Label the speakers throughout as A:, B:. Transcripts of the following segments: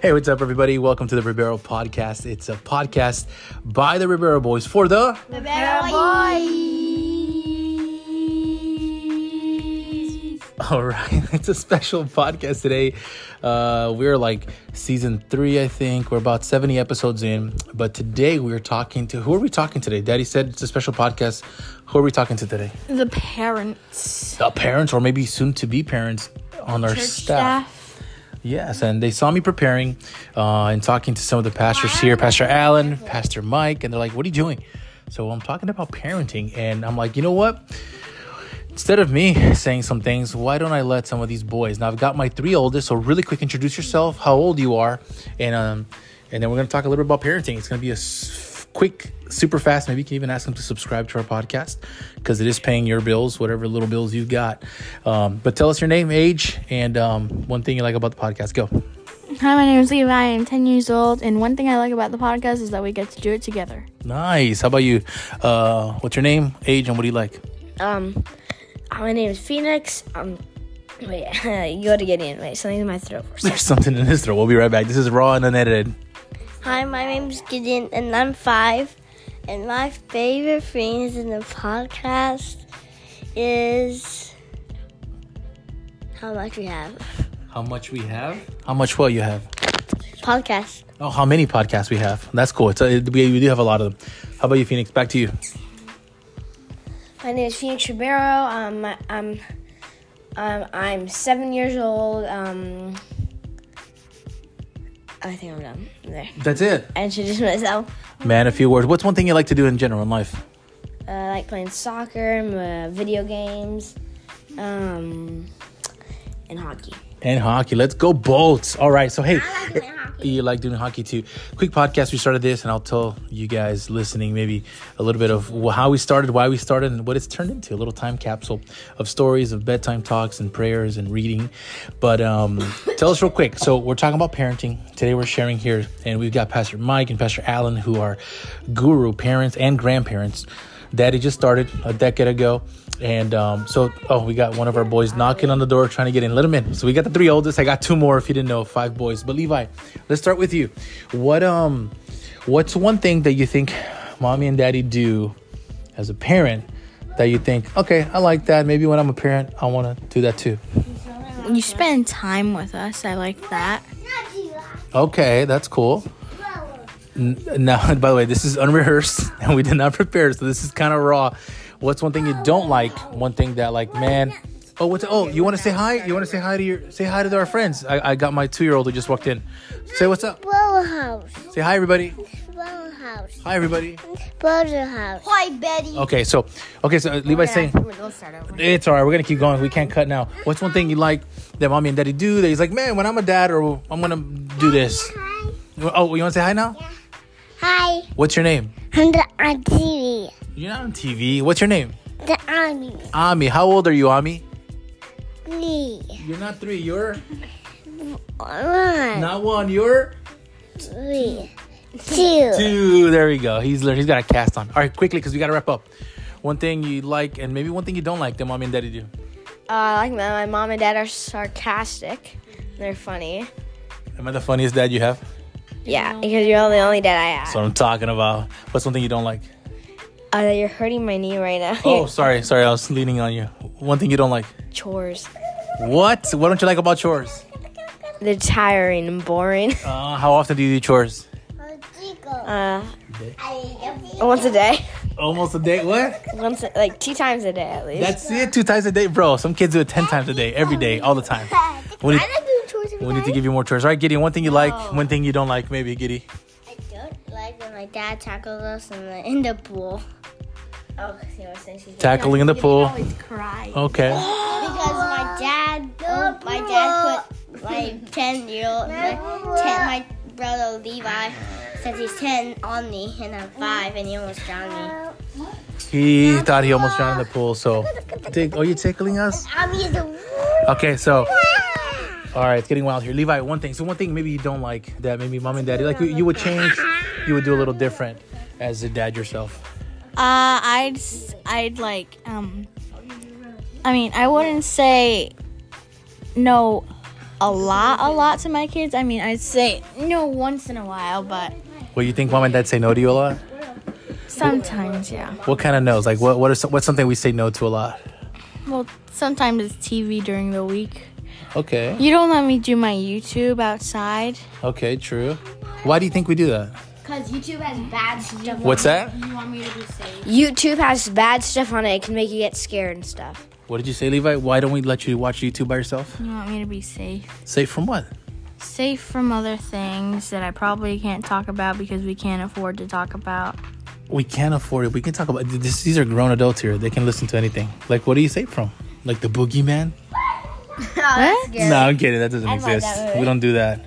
A: Hey, what's up, everybody? Welcome to the Ribeiro Podcast. It's a podcast by the Ribeiro Boys for the. All right, it's a special podcast today. Uh, we're like season three, I think. We're about 70 episodes in, but today we're talking to who are we talking today? Daddy said it's a special podcast. Who are we talking to today?
B: The parents.
A: The parents, or maybe soon to be parents on our
B: Church
A: staff.
B: staff.
A: Yes, and they saw me preparing uh, and talking to some of the pastors here, Pastor Allen, Pastor Mike, and they're like, "What are you doing?" So I'm talking about parenting, and I'm like, you know what? Instead of me saying some things, why don't I let some of these boys? Now I've got my three oldest, so really quick, introduce yourself, how old you are, and um, and then we're gonna talk a little bit about parenting. It's gonna be a s- quick, super fast. Maybe you can even ask them to subscribe to our podcast because it is paying your bills, whatever little bills you've got. Um, but tell us your name, age, and um, one thing you like about the podcast. Go.
B: Hi, my name is Levi. I'm 10 years old, and one thing I like about the podcast is that we get to do it together.
A: Nice. How about you? Uh, what's your name, age, and what do you like?
C: Um, uh, my name is Phoenix. Um, wait, you gotta get in. Wait, something's in my throat. For a second.
A: There's something in his throat. We'll be right back. This is raw and unedited.
D: Hi, my name is Gideon, and I'm five. And my favorite things in the podcast is how much we have
A: How much we have? How much well you have?
D: podcast.
A: Oh, how many podcasts we have? That's cool. It's a, we, we do have a lot of them. How about you, Phoenix? Back to you.
C: My name is Phoenix Ribeiro. Um, I- I'm, um, I'm seven years old. Um, I think I'm done. There.
A: That's it.
C: I introduced myself.
A: Man, a few words. What's one thing you like to do in general in life?
C: Uh, I like playing soccer, um, uh, video games, um, and hockey.
A: And hockey. Let's go Bolts. All right. So hey,
D: like doing hockey.
A: you like doing hockey too. Quick podcast. We started this, and I'll tell you guys listening maybe a little bit of wh- how we started, why we started, and what it's turned into. A little time capsule of stories of bedtime talks and prayers and reading. But um, tell us real quick. So we're talking about parenting today. We're sharing here, and we've got Pastor Mike and Pastor Allen, who are guru parents and grandparents. Daddy just started a decade ago. And um, so, oh, we got one of our boys knocking on the door trying to get in. Let him in. So we got the three oldest. I got two more if you didn't know, five boys. But Levi, let's start with you. What um, what's one thing that you think mommy and daddy do as a parent that you think, okay, I like that. Maybe when I'm a parent, I want to do that too.
B: You spend time with us. I like that.
A: Okay, that's cool. N- Now, by the way, this is unrehearsed and we did not prepare, so this is kind of raw. What's one thing you don't like? One thing that, like, man. Oh, what's oh? You want to say hi? You want to say hi to your say hi to our friends? I, I got my two year old who just walked in. Say what's up.
D: Blow house,
A: Say hi, everybody.
D: blow house,
A: Hi, everybody.
D: blow house. Hi, Betty.
A: Okay, so okay, so uh, Levi's saying it's all right. We're gonna keep going. We can't cut now. What's one thing you like that mommy and daddy do? That he's like, man, when I'm a dad, or I'm gonna do this.
D: Hi,
A: Oh, you want to say hi now?
D: hi.
A: What's your name?
D: I'm the on TV.
A: You're not on TV. What's your name?
D: The army.
A: Ami. How old are you, Ami?
D: Me.
A: You're not three. You're
D: One.
A: not one. You're
D: Three. Two.
A: two. There we go. He's learned. He's got a cast on. All right, quickly, because we gotta wrap up. One thing you like, and maybe one thing you don't like that mommy and daddy do.
C: Uh, I like my, my mom and dad are sarcastic. They're funny.
A: Am I the funniest dad you have?
C: Yeah, because you're the only dad I have.
A: That's what I'm talking about. What's one thing you don't like?
C: Uh, you're hurting my knee right now.
A: Oh, sorry, sorry, I was leaning on you. One thing you don't like.
C: Chores.
A: What? What don't you like about chores?
C: They're tiring and boring.
A: Uh, how often do you do chores?
C: Uh, once a day.
A: Almost a day. What?
C: Once, a, like two times a day at least.
A: That's it. Two times a day, bro. Some kids do it ten times a day, every day, all the time. We need, we need to give you more chores. All right, Gideon. One thing you like, one thing you don't like, maybe Giddy.
D: I don't like when my dad tackles us in the, in the pool.
C: oh, 'cause he always thinks he's
A: Tackling in the pool.
B: cry.
A: Okay.
D: Because my dad, um, my dad put my 10 year old, my, ten, my brother Levi, since he's 10, on me, and I'm 5, and he almost drowned me.
A: He thought he almost drowned in the pool. So, Tick- are you tickling us?
D: I'm the
A: Okay. So, all right, it's getting wild here. Levi, one thing. So, one thing maybe you don't like that maybe mom and daddy like you would change, you would do a little different as a dad yourself.
B: Uh, I'd s- I'd like um. I mean, I wouldn't say no a lot, a lot to my kids. I mean, I'd say no once in a while, but
A: Well, you think mom and dad say no to you a lot?
B: sometimes, yeah.
A: What kind of no's? Like, what, what are some, what's something we say no to a lot?
B: Well, sometimes it's TV during the week.
A: Okay.
B: You don't let me do my YouTube outside.
A: Okay, true. Why do you think we do that?
C: Because YouTube has bad stuff.
A: What's that?
B: You want me to be safe?
C: YouTube has bad stuff on it. It can make you get scared and stuff.
A: What did you say, Levi? Why don't we let you watch YouTube by yourself?
B: You want me to be safe.
A: Safe from what?
B: Safe from other things that I probably can't talk about because we can't afford to talk about.
A: We can't afford it. We can talk about this. These are grown adults here. They can listen to anything. Like, what do you safe from? Like the boogeyman?
B: What?
A: No, I'm kidding. That doesn't exist. we don't do that.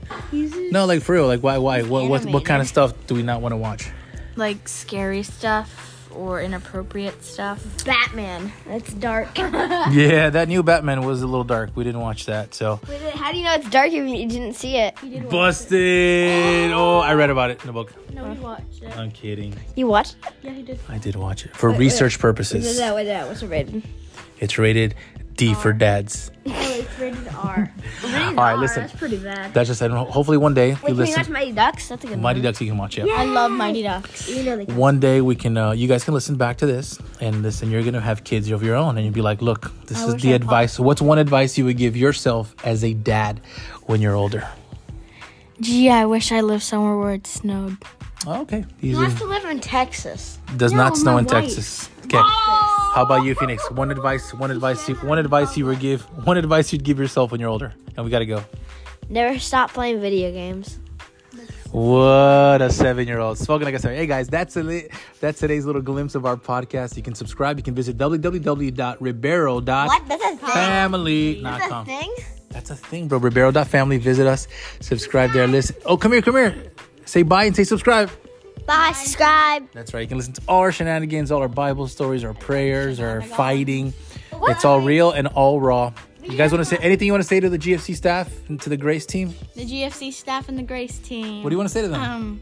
A: No, like for real. Like, why? Why? What? What? What kind of stuff do we not want to watch?
B: Like scary stuff or inappropriate stuff.
C: Batman. It's dark.
A: Yeah, that new Batman was a little dark. We didn't watch that. So
C: How do you know it's dark if you didn't see it?
A: busted. Oh, I read about it in a book.
B: No, we watched it.
A: I'm kidding.
C: You watched?
A: I did watch it for research purposes.
C: wait, that what's rated?
A: It's rated D for dads.
C: R.
A: All right, listen. That's pretty bad. That's just. I don't know. Hopefully, one day you
C: Can you watch
A: listen.
C: Mighty Ducks? That's a good
A: Mighty Ducks, you can watch it.
B: I love Mighty Ducks.
C: one. You know the
A: One day we can. Uh, you guys can listen back to this and listen. You're gonna have kids of your own, and you'll be like, "Look, this is the advice. What's one advice you would give yourself as a dad when you're older?"
B: Gee, I wish I lived somewhere where it snowed.
A: Oh, okay. These are-
D: to live in Texas.
A: does not snow in Texas. Okay. How about you, Phoenix? One advice. One advice. You, one advice you would give. One advice you'd give yourself when you're older. And we gotta go.
D: Never stop playing video games.
A: What a seven-year-old. Spoken like a seven. Hey guys, that's a li- that's today's little glimpse of our podcast. You can subscribe. You can visit www.ribeiro.com.
D: That's a thing.
A: family.com. That's a thing, bro. Ribeiro.family. Visit us. Subscribe there. Listen. Oh, come here, come here. Say bye and say subscribe.
D: Bye, subscribe.
A: That's right. You can listen to all our shenanigans, all our Bible stories, our prayers,
B: Oh
A: our fighting. It's all real and all raw. You guys want to say anything you want to say to the GFC staff and to the Grace team?
B: The GFC staff and the Grace team.
A: What do you want to say to them?
B: Um.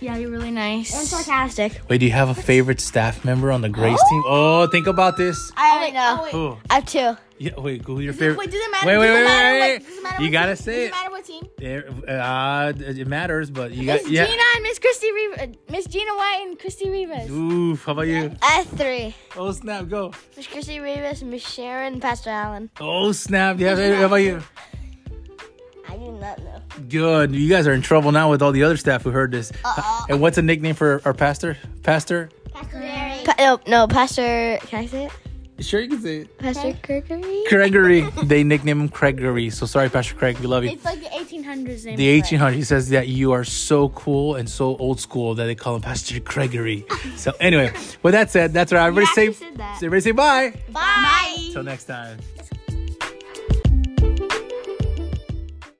B: Yeah, you're really nice.
C: And sarcastic.
A: Wait, do you have a favorite staff member on the Grace team? Oh, think about this.
D: I already know.
A: Who?
D: I have two.
A: Yeah, wait, who your favorite?
B: Wait, does it matter?
A: Wait, wait,
B: does
A: wait,
B: it matter?
A: wait,
B: Like,
A: wait.
B: does it matter
A: You
B: what
A: gotta
B: team?
A: say
B: Does it matter what team?
A: it. Uh, it matters, but you got
B: Miss
A: yeah.
B: Gina and Miss Christy Rivas. uh, Miss Gina White and Christy Rivas.
A: Oof, how about you?
D: I have three.
A: Oh snap, go.
D: Miss Christy Rivas, Miss Sharon, Pastor Allen.
A: Oh snap, do you have how about you?
D: I do not know.
A: Good. You guys are in trouble now with all the other staff who heard this. And what's a nickname for our pastor? Pastor?
D: Pa- no, no, Pastor. Can I say it?
A: Sure, you can say it.
D: Pastor Gregory.
A: Gregory. they nickname him Gregory. So sorry, Pastor Craig. We love you.
B: It's like the 1800s name.
A: The 1800. He says that you are so cool and so old school that they call him Pastor Gregory. so anyway, with that said, that's all right. Everybody say,
B: actually said that.
A: everybody say bye.
B: Bye.
A: Till next time.
D: Let's